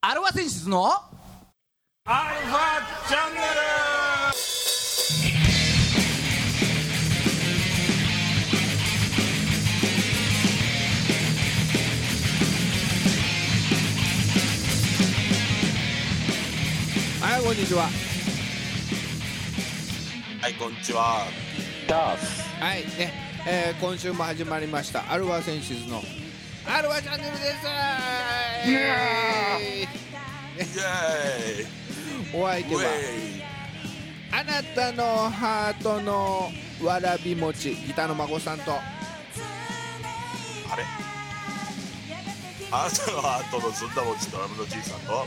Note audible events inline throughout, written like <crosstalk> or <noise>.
アルファ選出のアルファチャンネルはいこんにちははいこんにちはダースはいね、えー今週も始まりましたアルファ選出のアルファチャンネルですイエーイお相手ウはェイあなたのハートのわらび餅ギターの孫さんとあれあなたのハートのずんだ餅とラムのじいさんと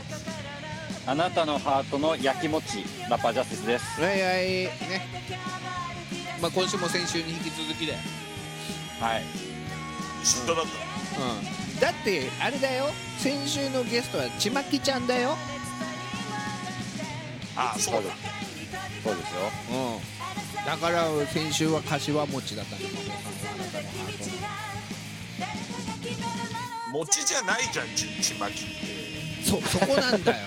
あなたのハートの焼きもちラッパージャスティスですはいはいねまあ今週も先週に引き続きではい一緒だっうんだってあれだよ先週のゲストはちまきちゃんだよたあそうだそうですようんだから先週は柏餅だったんだ孫さんはあなたのハートの餅じゃないじゃんちちまきってそうそこなん <laughs> だよ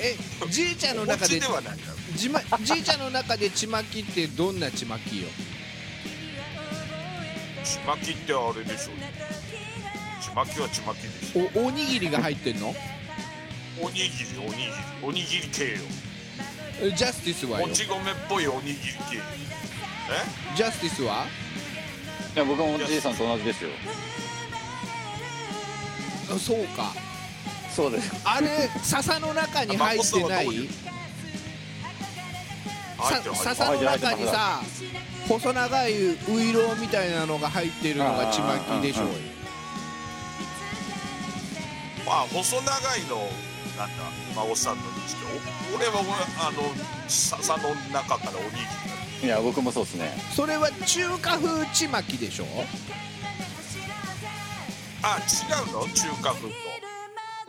えじいちゃんの中餅でではないからじ,、ま、じいちゃんの中でちまきってどんなちまきよちまきってあれでしょちまきはちまきでしおおにぎりが入ってんのょおにぎりおにぎりおにぎり系よえジャスティスはよもち米っぽいおにぎり系えジャスティスはいや僕もおじいさんと同じですよあそうかそうですあれ笹の中に入ってないあ孫さんはどういうさ入ってる入って笹の中るにさ細長いウイロウみたいなのが入ってるのがちまきでしょうよまあ細長いのなんだ孫さんのにしてお俺は俺あの笹の中からおにぎりいや僕もそうですねそれは中華風ちまきでしょあ違うの中華風と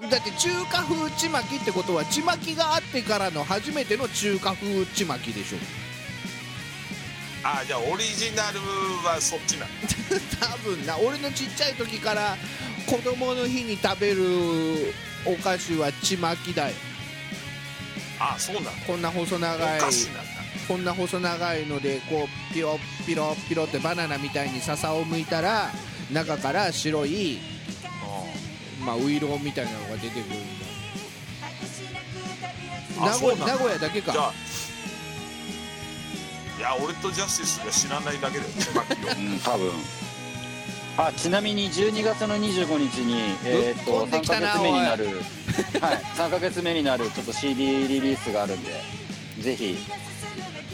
だって中華風ちまきってことはちまきがあってからの初めての中華風ちまきでしょあじゃあオリジナルはそっちなの <laughs> 多分な俺のちっちゃい時から子供の日に食べるお菓子はちまきだよあそうなのこんな細長おい菓子なんだこんな細長いのでこうピロピロピロってバナナみたいに笹を剥いたら中から白い、まあ、ウイロンみたいなのが出てくるんだあ名そう古なんだ名古屋だけじゃかあいや俺とジャスティスが知らないだけだよち <laughs> まきうをん多分あちなみに12月の25日にえーっぶっと込んで3きたヶな月目になる <laughs> はい3ヶ月目になるちょっと CD リリースがあるんでぜひ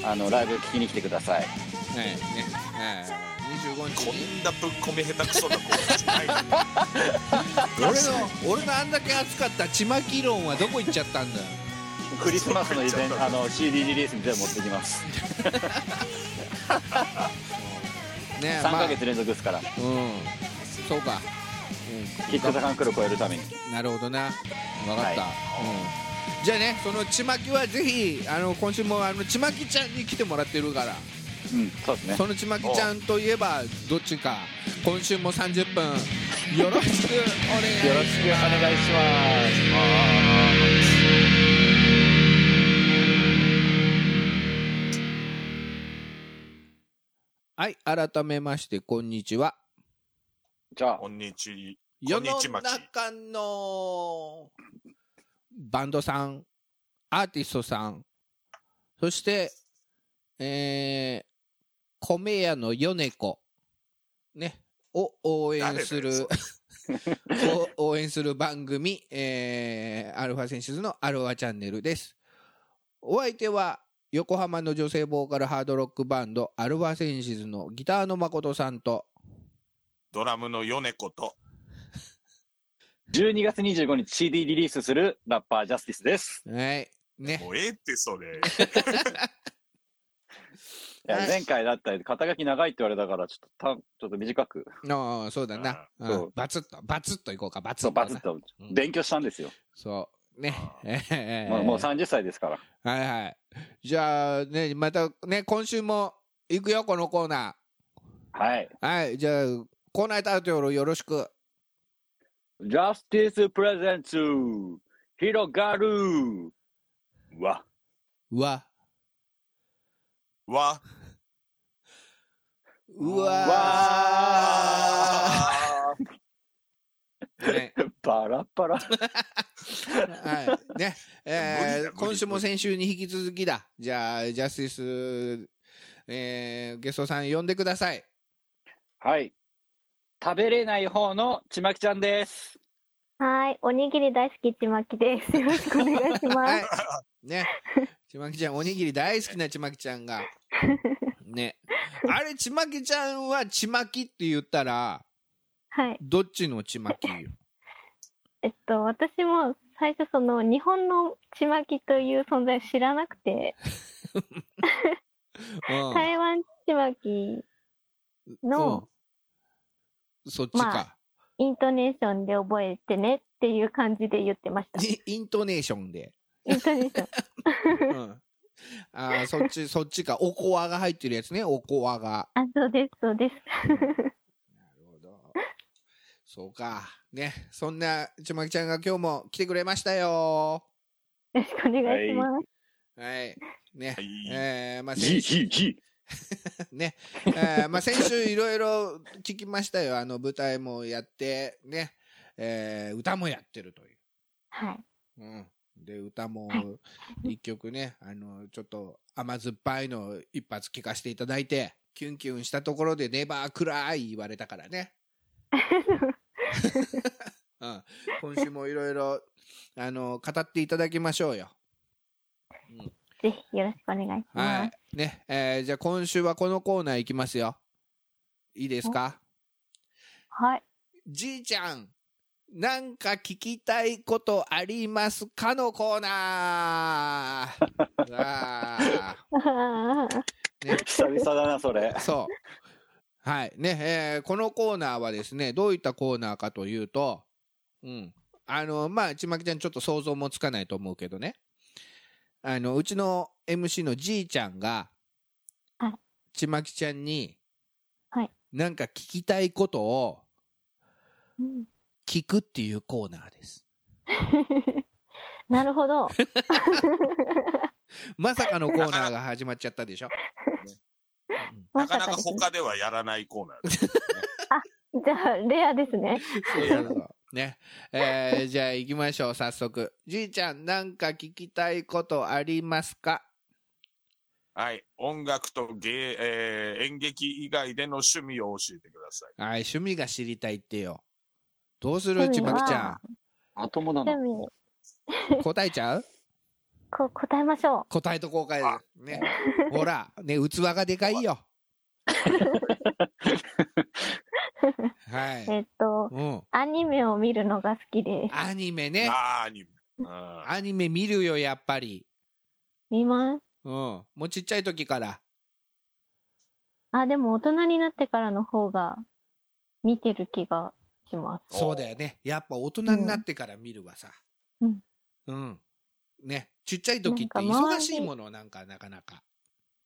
あのライブ聞きに来てくださいねねね25日こにんなぶっこみ下手くそな子たちないの俺の俺のあんだけ熱かったちまき論はどこ行っちゃったんだよクリスマスのイベントあの CD リリースに全部持ってきますね3まあヶ月連続ですからうんそうか、キック・ザ・カンクルを超えるためにうん、なるほどな分かった、はうん、じゃあねそのちまきはぜひあの今週もあのちまきちゃんに来てもらってるからうんそうですねそのちまきちゃんといえばどっちか今週も30分よろしくお願いしよろましすくお願いしますはい改めましてこんにちはじゃあこんにちこ世んにのちまき中のバンドさんアーティストさんそしてえー、米屋の米子ねを応援する誰だよ <laughs> を応援する番組、えー、アルファセンシズのアルファチャンネルですお相手は横浜の女性ボーカルハードロックバンドアルファセンシズのギターの誠さんとドラムの米子と12月25日 CD リリースするラッパージャスティスです。はいねもうええってそれいやはい前回だったり、肩書き長いって言われたから、ちょっとたちょっと短く、ああそうだな、うそんう、バツッとバツッといこうかバツそッうとバツッなとうん勉強したんですよ。そうねあえーもうもう30歳ですから。はいはいじゃあねまたね今週も行くよこのコーナはい。ーはいじゃあコーナータイトルよろしくジャスティスプレゼンツ広がるわうわわうわわーーねバラバラはいねえー無理だ無理今週も先週に引き続きだじゃあジャスティス、えーゲストさん呼んでくださいはい食べれない方のちまきちゃんですはい、おにぎり大好きちま <laughs> きです。よろしくお願いしまはす。い。ね。ちまきちゃん、おにぎり大好きなちまきちゃんが。ね。あれ、ちまきちゃんはちまきって言ったら、はい、どっちのちまきよえっと、私も最初その日本のちまきという存在を知らなくて、うん台湾ちまきのうんそっちか、まイントネーションで覚えてねっていう感じで言ってました。イントネーションで。イントネーシ <laughs> ョン。うんあーそっち、そっちか。おこわが入ってるやつね、おこわが。あ、そうです、そうです。なるほど。そうか。ね。そんなちまきちゃんが今日も来てくれましたよ。よろしくお願いします。はい。ね。はいえー、まあ、じじじね、えーまあ先週いろいろ聞きましたよ。 <laughs> あの舞台もやって、ね、えー歌もやってるという。はい。うん。で、歌もはい一曲ね、あの、ちょっと甘酸っぱいの一発聞かせていただいて、キュンキュンしたところでネバークライ言われたからね。うん。今週もいろいろ、あの、語っていただきましょうよ。ぜひよろしくお願いしはます。い。ね、えーじゃあ今週はこのコーナーいきますよ。いいですかはい。 <laughs> じいちゃん、なんか聞きたいことありますかのコーナ <laughs> ーわ久々だなそれあそう。はい。ね、えーこのコーナーはですね、どういったコーナーかというと、うん。あの、まあ、ちまきちゃんちょっと想像もつかないと思うけどね。あの、うちの MC のじいちゃんがはい、ちまきちゃんに、はいなんか聞きたいことをうん聞くっていうコーナーです。なるほど。 <laughs> <laughs> まさかのコーナーが始まっちゃったでしょ。なまかさなかかですね。他ではやらないコーナーです。じゃあ、レアですね。ね。えーじゃあ行きましょう、早速。じいちゃん、なんか聞きたいことありますかはい。音楽と芸、えー演劇以外での趣味を教えてください。はい、趣味が知りたいってよ。どうするち趣味まはきちゃ後もだな趣味、ん。答えちゃうこ答えましょ答えとこうかよ。ね。ほら、ね、器がでかいよ。はう。えい。っと、うん。アニメを見るのが好きです。アニメね。あーアニメ。うんアニメ見るよ、やっぱり。見ます。うん。もうちっちゃい時から。あ、でも大人になってからの方が見てる気がします。そうだよね。やっぱ大人になってから見るわさ。うん。うん。ね。ちっちゃい時ってなんか周忙りしいもの、なんかなかなか。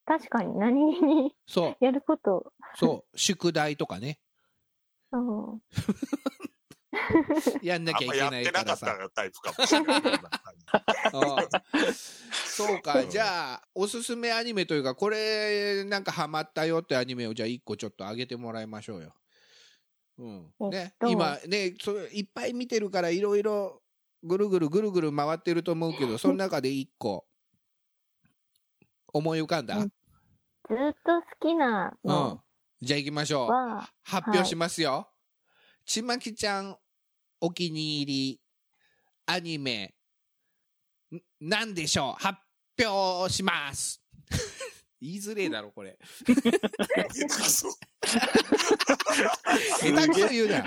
確かに何気にそう、やること、そう。宿題とかね。うん、やんなあきんゃいまけやっないてかなからさ。ったタイプかもしれない。うんそうか。じゃあ、おすすめアニメというか、これ、なんかハマったよってアニメを、じゃあ一個ちょっと上げてもらいましょうよ。うん。えっね。と今、ね、それいっぱい見てるから、いろいろ、ぐるぐるぐるぐる回ってると思うけど、その中で一個、思い浮かんだ、うんずっと好きなうんの。じゃあ行きましょう。は、発表しますよ。ちまきちゃん、お気に入り、アニメ、んなんでしょう発表します。 <laughs> 言いづれえだろ、これ。 <laughs> そう下手くそ <laughs> 言うな。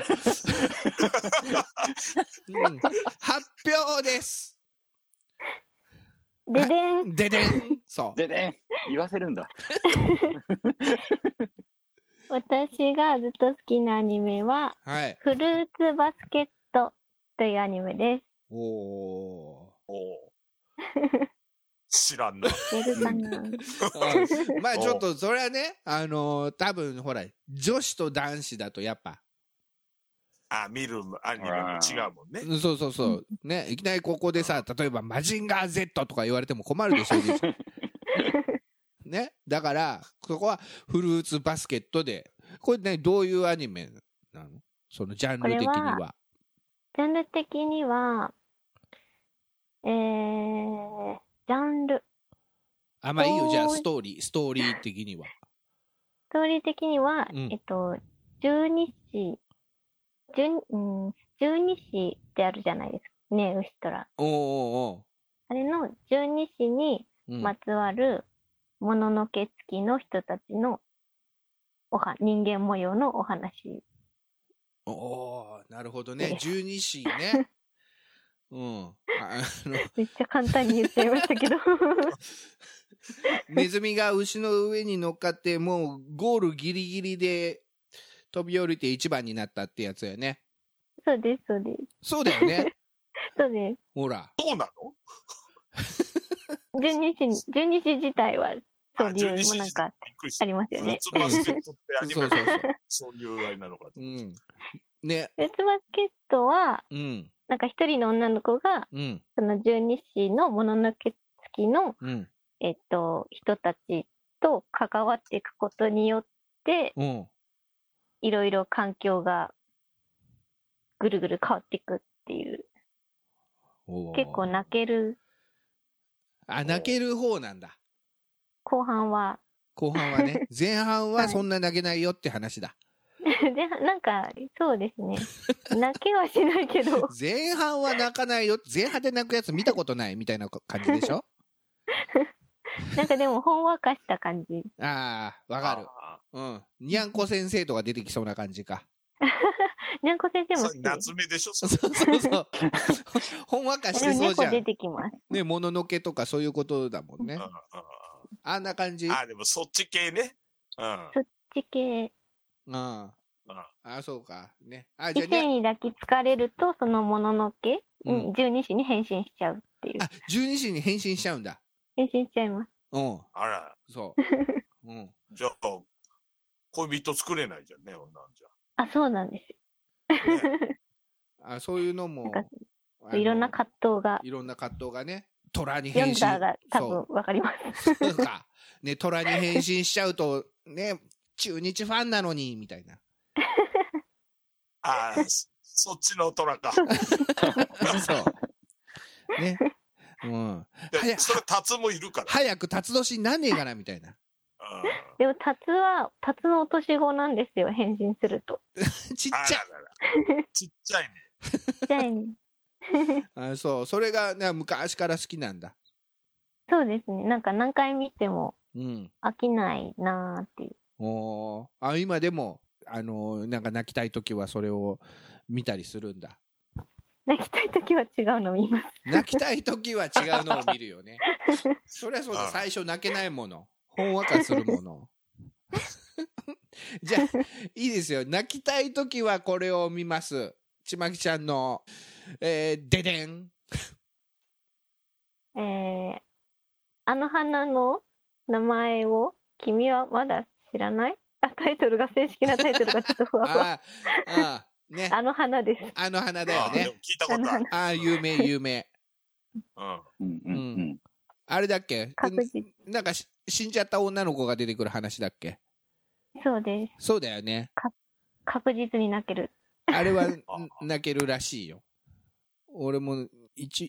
うん発表です。ででん、ででん。そう。でね言わせるんだ私がずっと好きなアニメは、はい。フルーツバスケットというアニメでおー。おう知らんな。す。出るか <laughs> なうんまあちょっとそれはね、あのー多分ほら、女子と男子だとやっぱあ、見るアニメも違うもんね。うんそうそうそう。ね、いきなりここでさ、例えば、マジンガー Z とか言われても困るでしょ、 <laughs> リーさんね、だから、そこはフルーツバスケットで、これね、どういうアニメなのそのジャンル的にこれは。ジャンル的には、えー、ジャンル、あ、まあいいよ、じゃあ、おーいストーリー、ストーリー的には。ストーリー的には、うんえっと、十二子、十二うん十二子ってあるじゃないですか。ねウシトラ。おーおあれの十二子にーおーうんまつわる、もののけ付きの人たちのおは、人間模様のお話。おーなるほどね。十二子 <laughs> ね。うん。ああの、めっちゃ簡単に言っちゃいました <laughs> けど。ネズミが牛の上に乗っかって、もうゴールギリギリで飛び降りて一番になったってやつよね。そうです、そうです。そうだよね。そうです。ほら。どうなの十二子に、十二子自体は、そう理由もなんかびっくりしあた。りますよフルーね。ツバスケットってアニそうメそうそう。そういうあれなのかうと。ん。ね。別バスケットは、うん。なんか一人の女の子が、うん。その十二子のもののけ付きの、うん。えっと、人たちと関わっていくことによって、うん。いろいろ環境がぐるぐる変わっていくっていう、おー結構泣けるあ、泣ける方なんだ。後半は、 <laughs> 後半はね。前半はそんな泣けないよって話だ。でなんか、そうです <laughs> ね。泣けはしないけど、前半は泣かないよ。前半で泣くやつ見たことないみたいな感じでしょなんかでも、ほんわかした感じ。ああ、わかる。あうん。にゃんこ先生とか出てきそうな感じか。にゃんこ先生ーもそ好れき。夏目でしょそそうれそうそう。 <laughs> ほんわかしでてもそうじ猫ゃ出ん。てきます。ね、もののけとかそういうことだもんねうん。うんあんな感じ。うんああ、でもそっち系ね。うん。地形。あうんあ、そうか。ね。あ、じゃ異あにゃん性に抱きつかれると、そのもののけ、うん十二子に変身しちゃうっていう。あ、十二時に変身しちゃうんだ。変身しちゃいます。うん。あら、 <laughs> そう。うん。じゃあ、恋人作れないじゃんね、女じあ、そうなんです。 <laughs> ゃ。ねあ、そういうのもなんか。あのいろんな葛藤が、いろんな葛藤がね。虎に変読ん身。だら多そう分わかります。 <laughs> そうか。ね、虎に変身しちゃうと、ね、中日ファンなのに、みたい <laughs> な。あーそそっちの虎か。そう。ね。うん。で早いそれ、辰もいるから。早く辰年になんねえかな、みたいな。うんでも、タツは、タツの落とし子なんですよ、変身すると。ちっあちゃいら。ららちっちゃいね。ちっちゃいに。あそう。それが、ね、昔から好きなんだ。そうですね。なんか何回見てもうん。飽きないなーっていう。おーあ、今でも、あのーなんか泣きたいときはそれを見たりするんだ。泣きたい時は違うの見ます。泣きたいときは違うのを見るよね。そりゃそうあだ、あ最初泣けないもの。ほんわかするもの。 <laughs> じゃあ、いいですよ。泣きたいときはこれを見ます。ちまきちゃんの、えー、ででん。えー、あの花の名前を君はまだ知らないあ、タイトルが、正式なタイトルがちょっとふわふわ。ああ、ああ、ね。あの花です。あの花だあよーでもね。聞いたことある。ああ、有名、有名。うん。うんうんうんあれだっけ確実。なんかし死んじゃった女の子が出てくる話だっけそうです。そうだよね。確実に泣ける。 <laughs> あれはんあ泣けるらしいよ。俺も 1,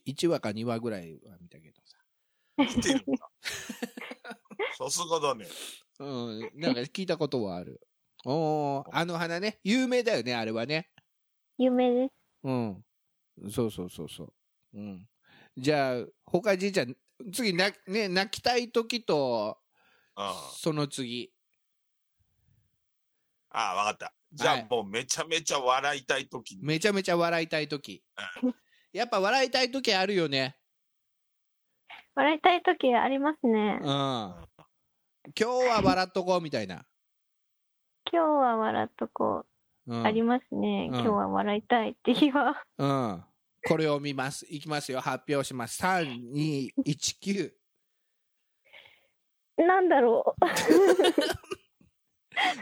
1話か2話ぐらいは見たけどさ。見てるんだ。さすがだね。うん、なんか聞いたことはあ <laughs> る。おーあの花ね、有名だよね、あれはね。有名です。うん。そうそうそうそう。うん。じゃあ、他じいちゃん、次な、ね、泣きたい時と、うん。その次。ああ、わかった。じゃはあいもうめちゃめちゃ笑いたいときに。めちゃめちゃ笑いたい時。 <laughs> やっぱ笑いたい時あるよね。笑いたい時ありますねうん。。今日は笑っとこうみたいな。今日は笑っとこうう。ん、ありますね。うん今日は笑いたいって日は。 <laughs> うん。これを見ます。いきますよ。発表します。3、2、1、9。なんだろ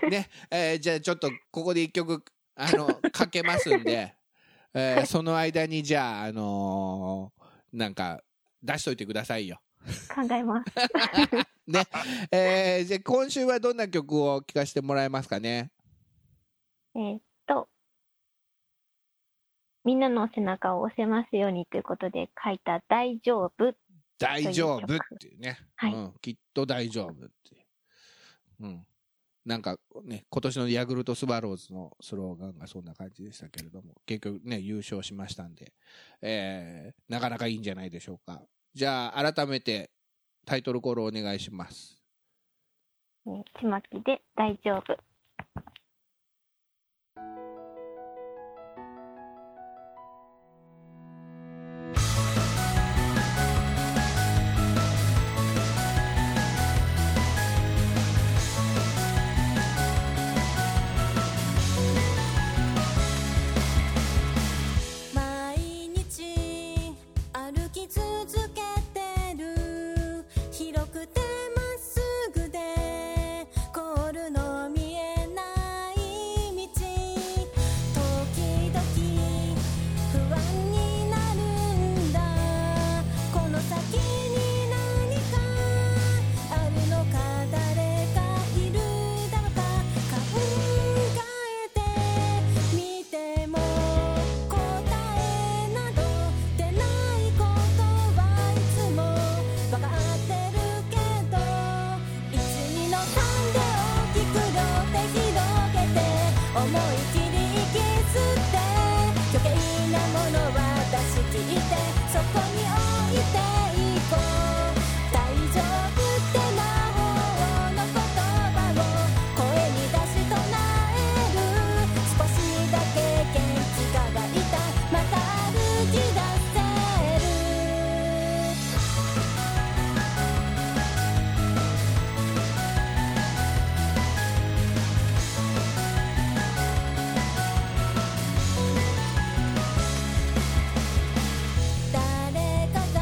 う。ね。えーじゃあちょっと、ここで一曲、あの、かけますんで、えーその間にじゃあ、あのーなんか、出しといてくださいよ。 <laughs> 考えます。えーじゃあ今週はどんな曲を聴かせてもらえますかねえーっと、みんなの背中を押せますようにということで書いた大丈夫。大丈夫っていうね、はいうん、きっと大丈夫っていう、うん、なんかね今年のヤクルトスワローズのスローガンがそんな感じでしたけれども結局ね優勝しましたんで、えーなかなかいいんじゃないでしょうかじゃあ改めてタイトルコールお願いしますえーちまきで大丈夫。毎日歩き続けてる広くてまっすぐで凍るの見えない道時々不安になるんだこの先に何かあるのか誰かいるだろうか考えてみても答えなど出ないことはいつもわかってるけど12の3で大きく両手広げて思い切り息吸って余計なものは出し切ってそこに置いていこう大丈夫って魔法の言葉を声に出し唱える少しだけ元気が湧いたまた歩き出せる誰かが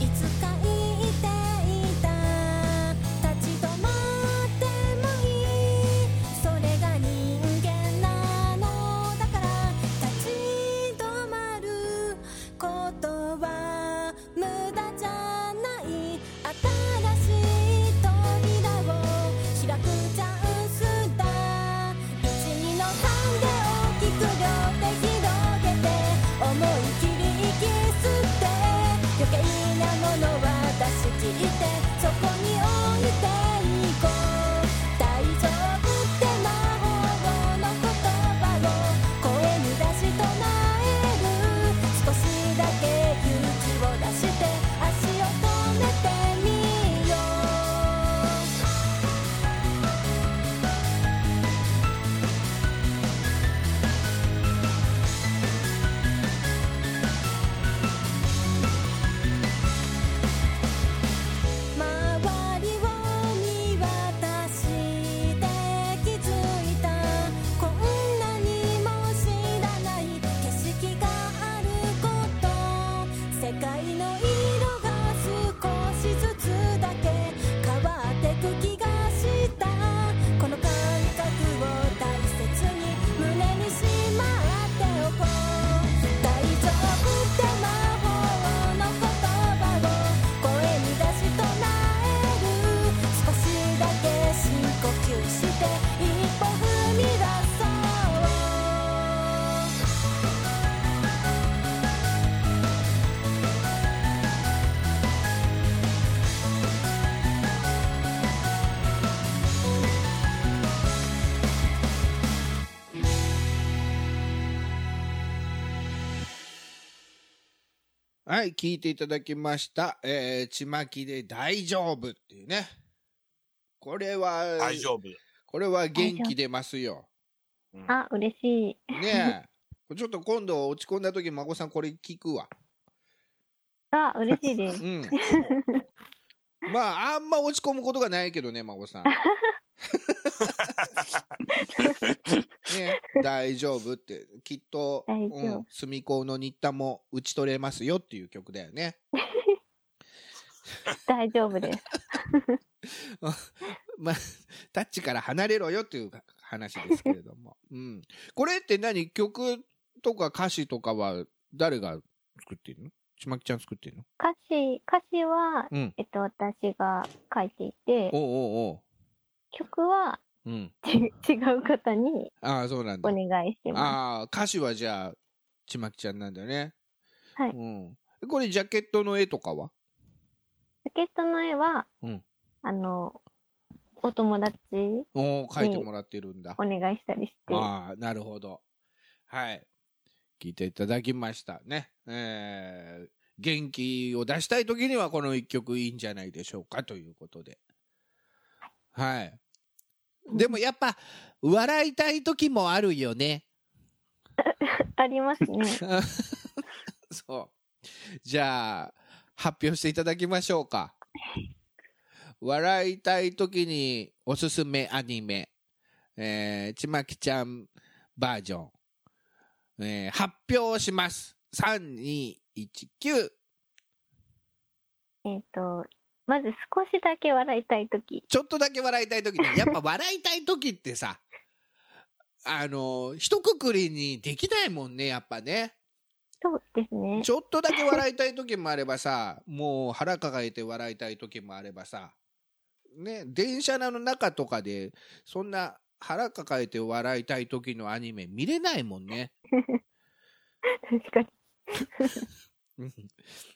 いつか言っていた立ち止まってもいいそれが人間なのだから立ち止まることは無駄じゃない新しい扉を開くチャンスだ12の3で大きく両手広げて思い切り息吸って余計なものは出し切ってそこに置いていこう大丈夫って魔法の言葉を声に出し唱える少しだけ勇気を出して足を止めてみよう「周りを見渡して気づいた」「こんなにも知らない景色があること」「世界の色が少しずつだけ変わってく気がした」「この感覚を大切に胸にしまっておこう」「大丈夫って魔法の言葉を」声に出し唱える少しだけ深呼吸して一歩踏み出そうはい聴いていただきました「えー、ちまきで大丈夫」っていうねこれは大丈夫。これは元気出ますよ、うんあ、嬉しい。ねえ。 <laughs> ちょっと今度落ち込んだ時孫さんこれ聞くわ。あ、嬉しいで <laughs> すう。 <laughs> ん。まあ、あんま落ち込むことがないけどね、孫さ <laughs> ん。ねえ大丈夫って、きっと、大丈夫うん、住子の新田も打ち取れますよっていう曲だよね。大丈夫です。まあ、 <laughs> タッチから離れろよという話ですけれど <laughs> も。うん。これって何曲とか歌詞とかは誰が作ってるのちまきちゃん作ってるの歌詞、歌詞は、うん。えっと、私が書いていてお、うおう曲はおう。うん。ち違う方にああ、そうなんだお。願いしてまああ、歌詞はじゃあ、ちまきちゃんなんだね。はいうん。これ、ジャケットの絵とかはす。ジャケットの絵は、うんあの、お友達おお、描いてもらってるんだ。お願いしたりして、ああ、なるほど。はい。聞いていただきましたね。えー、元気を出したい時にはこの一曲いいんじゃないでしょうかということで。はい。でもやっぱ、笑いたい時もあるよね。あります <laughs> ね。そう。じゃあ、発表していただきましょうか。笑いたい時におすすめアニメ、えー、ちまきちゃんバージョン、えー発表します。3219。えっと、まず少しだけ笑いたいとき。ちょっとだけ笑いたい時に、やっぱ笑いたい時ってさ、あの、一括りにできないもんね、やっぱね。そうですね。ちょっとだけ笑いたい時もあればさ、もう腹抱えて笑いたい時もあればさ、ね、電車の中とかで、そんな腹抱えて笑いたい時のアニメ見れないもんね。 <laughs> 確かに。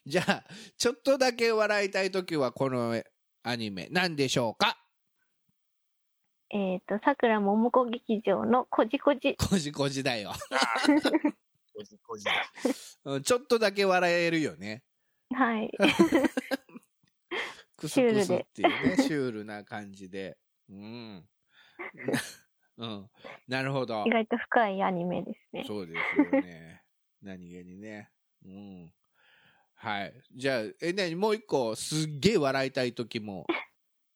じゃあ、ちょっとだけ笑いたい時はこのアニメ、何でしょうかえっ、と、さくらももこ劇場のこじこじ。こじこじだよ。こじこじだうんちょっとだけ笑えるよね。はい。クスクスっていうね、シュールな感じで。うん。 <laughs> うん。なるほど意。外と深いアニメですね。そうですよ <laughs> ね。何気にね。うん。はい。じゃあ、え、なに、もう一個、すっげえ笑いたい時も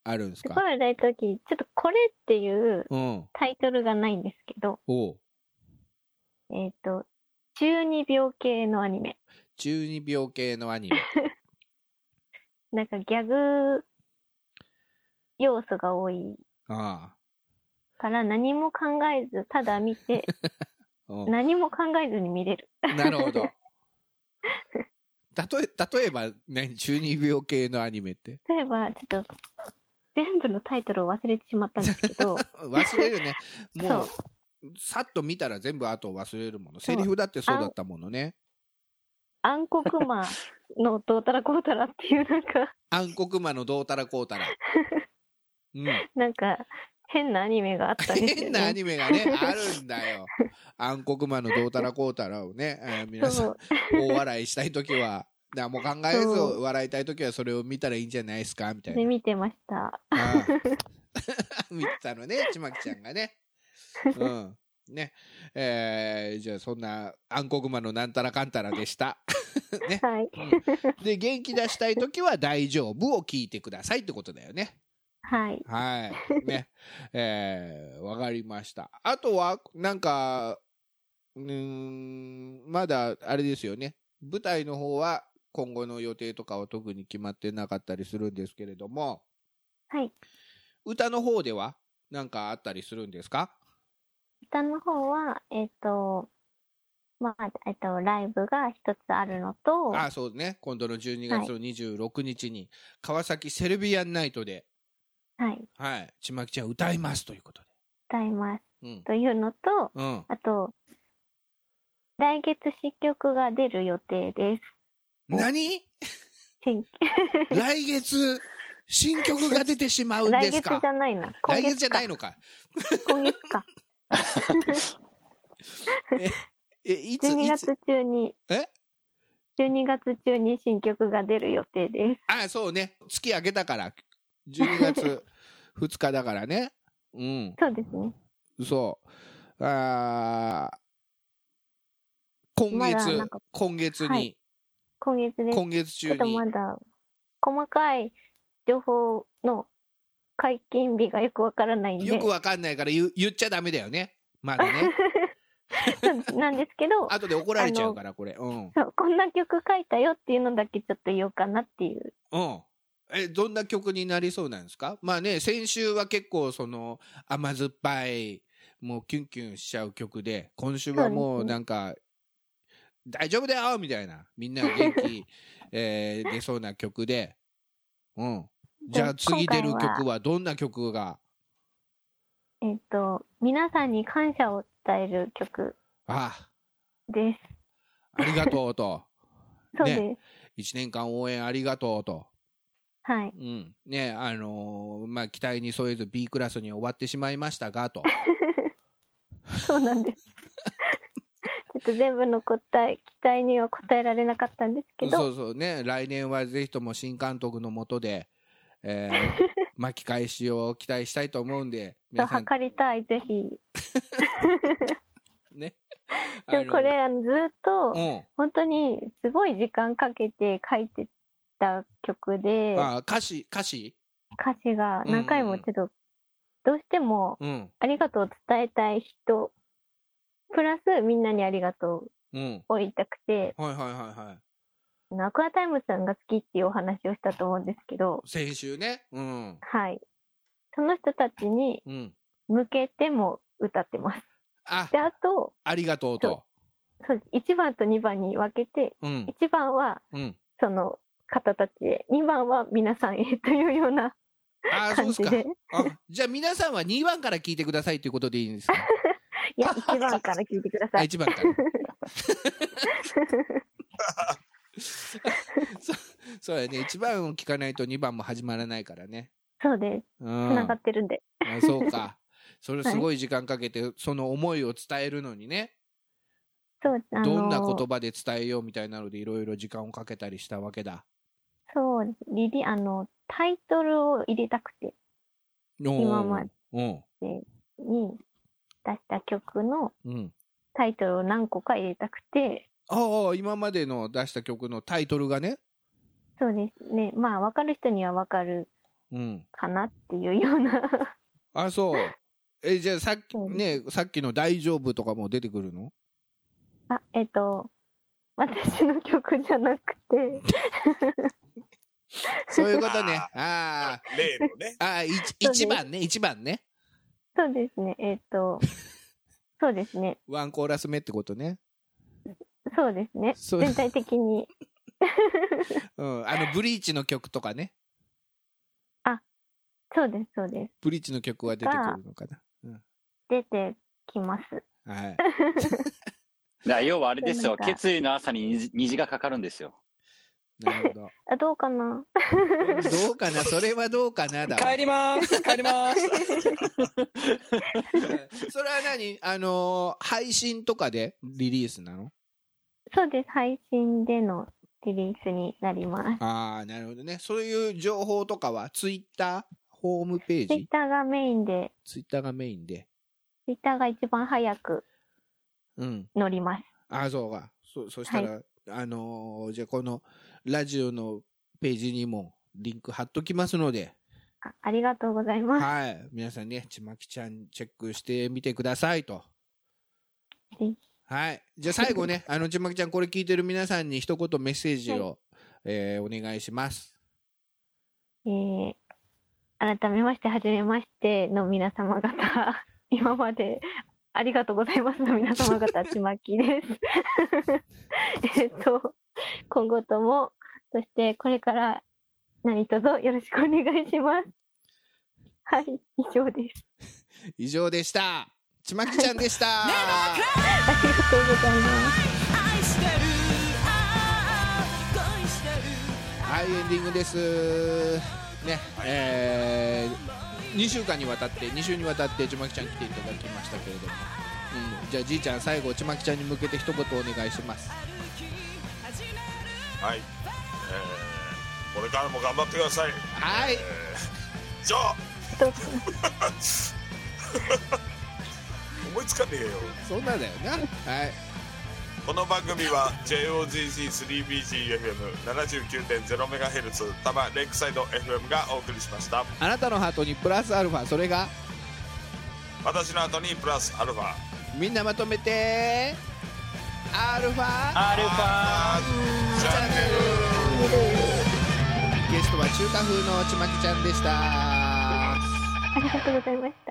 あるんです <laughs> すごいか笑いたいとき、ちょっとこれっていううん。タイトルがないんですけど、おうえっ、と、12秒系のアニメ。 12秒系のア <laughs> ニメ。なんかギャグ要素が多いあから何も考えず、ただ見 <laughs> て、あ。うん何も考えずに見れる。なるほど。たとえ、例えば、何、12秒系のアニメって。例えば、ちょっと、全部のタイトルを忘れてしまったんですけ <laughs> ど、忘れるね。も、そうさっと見たら全部後を忘れるもの。セリフだってそうだったものね。暗黒魔のどうたらこうたらっていうなんか、暗黒魔のどうたらこう <laughs> たら。うん。なんか、変なアニメがあったんですよ、ね。 <laughs> 変なアニメがね、あるんだよ。暗黒魔のどうたらこうたらをね、えー皆さそんう、大笑いしたいときは、何も考えずそう笑いたいときはそれを見たらいいんじゃないですかみたいでな。見てました。ああ <laughs> 見てたのね、ちまきちゃんがね。うん。ね。えーじゃあそんな暗黒魔のなんたらかんたらでした。ね。はい。で、元気出したいときは大丈夫を聞いてくださいってことだよね。はい。はい。ね。えー、わかりました。あとは、なんか、うーん、まだ、あれですよね。舞台の方は、今後の予定とかは特に決まってなかったりするんですけれども、はい。歌の方では、なんかあったりするんですか歌の方は、えっ、と、まあ、えっ、と、ライブが一つあるのと、あ、そうね。今度の12月の26日に、川崎セルビアンナイトで、はい。はい、ちまきちゃん歌いますということ歌います。で。うん。というのと、うん。あと、来月新曲が出る予定です。何新来月、新曲が出てしまうん来です月かじゃないな。今来月月じゃかない。のか。今月か。え、いつ、 12いつ月中に、え ?12 月中に新曲が出る予定です。 <laughs> あ、そうね。月明けたから。12月 <laughs> 2日だからね。うん。そうですね。そう。あー今まだ月、なんか今月に、はい今月です。今月ちょ中っとにま。だ、細かい情報の解禁日がよくわからないんでよ、くわかんないから言う言っちゃダメだよね。まだ <laughs> ね。なんですけど、後で怒られちゃうから、これ。うん。そうこんな曲書いたよっていうのだけちょっと言おうかなっていう。うん。えどんな曲になりそうなんですかまあね先週は結構その甘酸っぱいもうキュンキュンしちゃう曲で今週はもうなんか、大丈夫だよみたいなみんなが元 <laughs> 気、えー出そうな曲でうんじゃあ次出る今回は曲はどんな曲がえっと、皆さんに感謝を伝える曲あです。ありがとうとそうです。 1年間応援ありがとうと。はい。うん、ねあのーまあ期待に添えず B クラスに終わってしまいましたがとそうなんです。 <laughs> ちょっと全部の答え、期待には答えられなかったんですけど、そうそうね来年はぜひとも新監督のもとで、えー <laughs> 巻き返しを期待したいと思うんで皆さん測りたい、ぜひ。ねでもこれ、あのずっあと、の本当にすごい時間かけて書いてた曲うでん、あ歌詞歌詞歌詞が何回もちょっと、どうしても、うんありがとうを伝えたい人、プラスみんなにありがとううんを言いたくて、はいはいはいはいあのアクアタイムさんが好きっていうお話をしたと思うんですけど、先週ねうんはい。その人たちにうん向けても歌ってます。あで、あと、ありがとうとそうです1番と2番に分けて、うん1番はうんその方たちへ、2番は皆さんへというようなあーそうで <laughs> 感じすかで、あじゃあ皆さんは2番から聞いてくださいということでいいんですかいや、1番 <laughs> から聞いてくださあ、い。一番か <laughs> ら。そそうだよね。一番を聞かないと二番も始まらないからね。そうです。うつん。ながあってるんで。そうか。それすごい時間かけて、その思いを伝えるのにね、そう、あのどんな言葉で伝えようみたいなのでいろいろ時間をかけたりしたわけだ。そう、リリ、あの、タイトルを入れたくて、今までうん。に出した曲のうん。タイトルを何個か入れたくて、ああ、今までの出した曲のタイトルがね。そうですね、まあ、わかる人にはわかるうん。かなっていうような、 <laughs> あ、そう。え、じゃあさっき、そうね、さっきの大丈夫とかも出てくるのあ、えっ、と、私の曲じゃなくて、そういうこと <laughs> ね。ああ。例のね。あそうね一1番ね1番ねそうですね、えっ、と、そうですね、ワンコーラス目ってことね、そうですね、そう全体的に、うん、あのブリーチの曲とかねそうです、そうです、ブリーチの曲は出てくるのかな、出てきます。はい、だから要はあれですよ、そうなんか決意の朝に虹虹がかかるんですよ。なるほどあ、どうかどなうかなそれはどうかなだわ帰ります帰りますそれは何あのー配信とかでリリースなのそうです、配信でのリリースになります。ああなるほどねそういう情報とかはツイッターホームペーツイッジターがメインで、ツイッターがメインでツイッターが一番早くうん乗ります。ああそうかそそしたら、あのーじゃあこのラジオのページにもリンク貼っときますのであありがとうございまはい。皆さんね、ちまきちゃんチェックしてみてくださいと。いはい。じゃあ最後 <laughs> ね、あの、ちまきちゃんこれ聞いてる皆さんに一言メッセージを、えーお願いします。す。えー改めまして、はじめましての皆様方、 <laughs> 今までありがとうございますの皆様方、ちまきです。え <laughs> っと、今後とも、そしてこれから何卒よろしくお願いします。はい、以上です。以上でした。ちまきちゃんで <laughs> した。ありがとうございます。愛してるああ恋してるはい、エンディングです。ね、えー、2週間にわたって、2週にわたってちまきちゃん来ていただきましたけれども。うん、じゃあじいちゃん最後ちまきちゃんに向けて一言お願いしますはい。えーこれからも頑張ってください。はい以上どうぞ <laughs> 思いつかねえよ。そんなんだよなはいこの番組は JOGC3BGFM79.0MHz 多摩レイクサイド FM がお送りしましたあなたのハートにプラスアルファそれが私の後にプラスアルファみんなまとめてアルファアルファチャンネル月ストは中華風のちまきちゃんでした。ありがとうございました。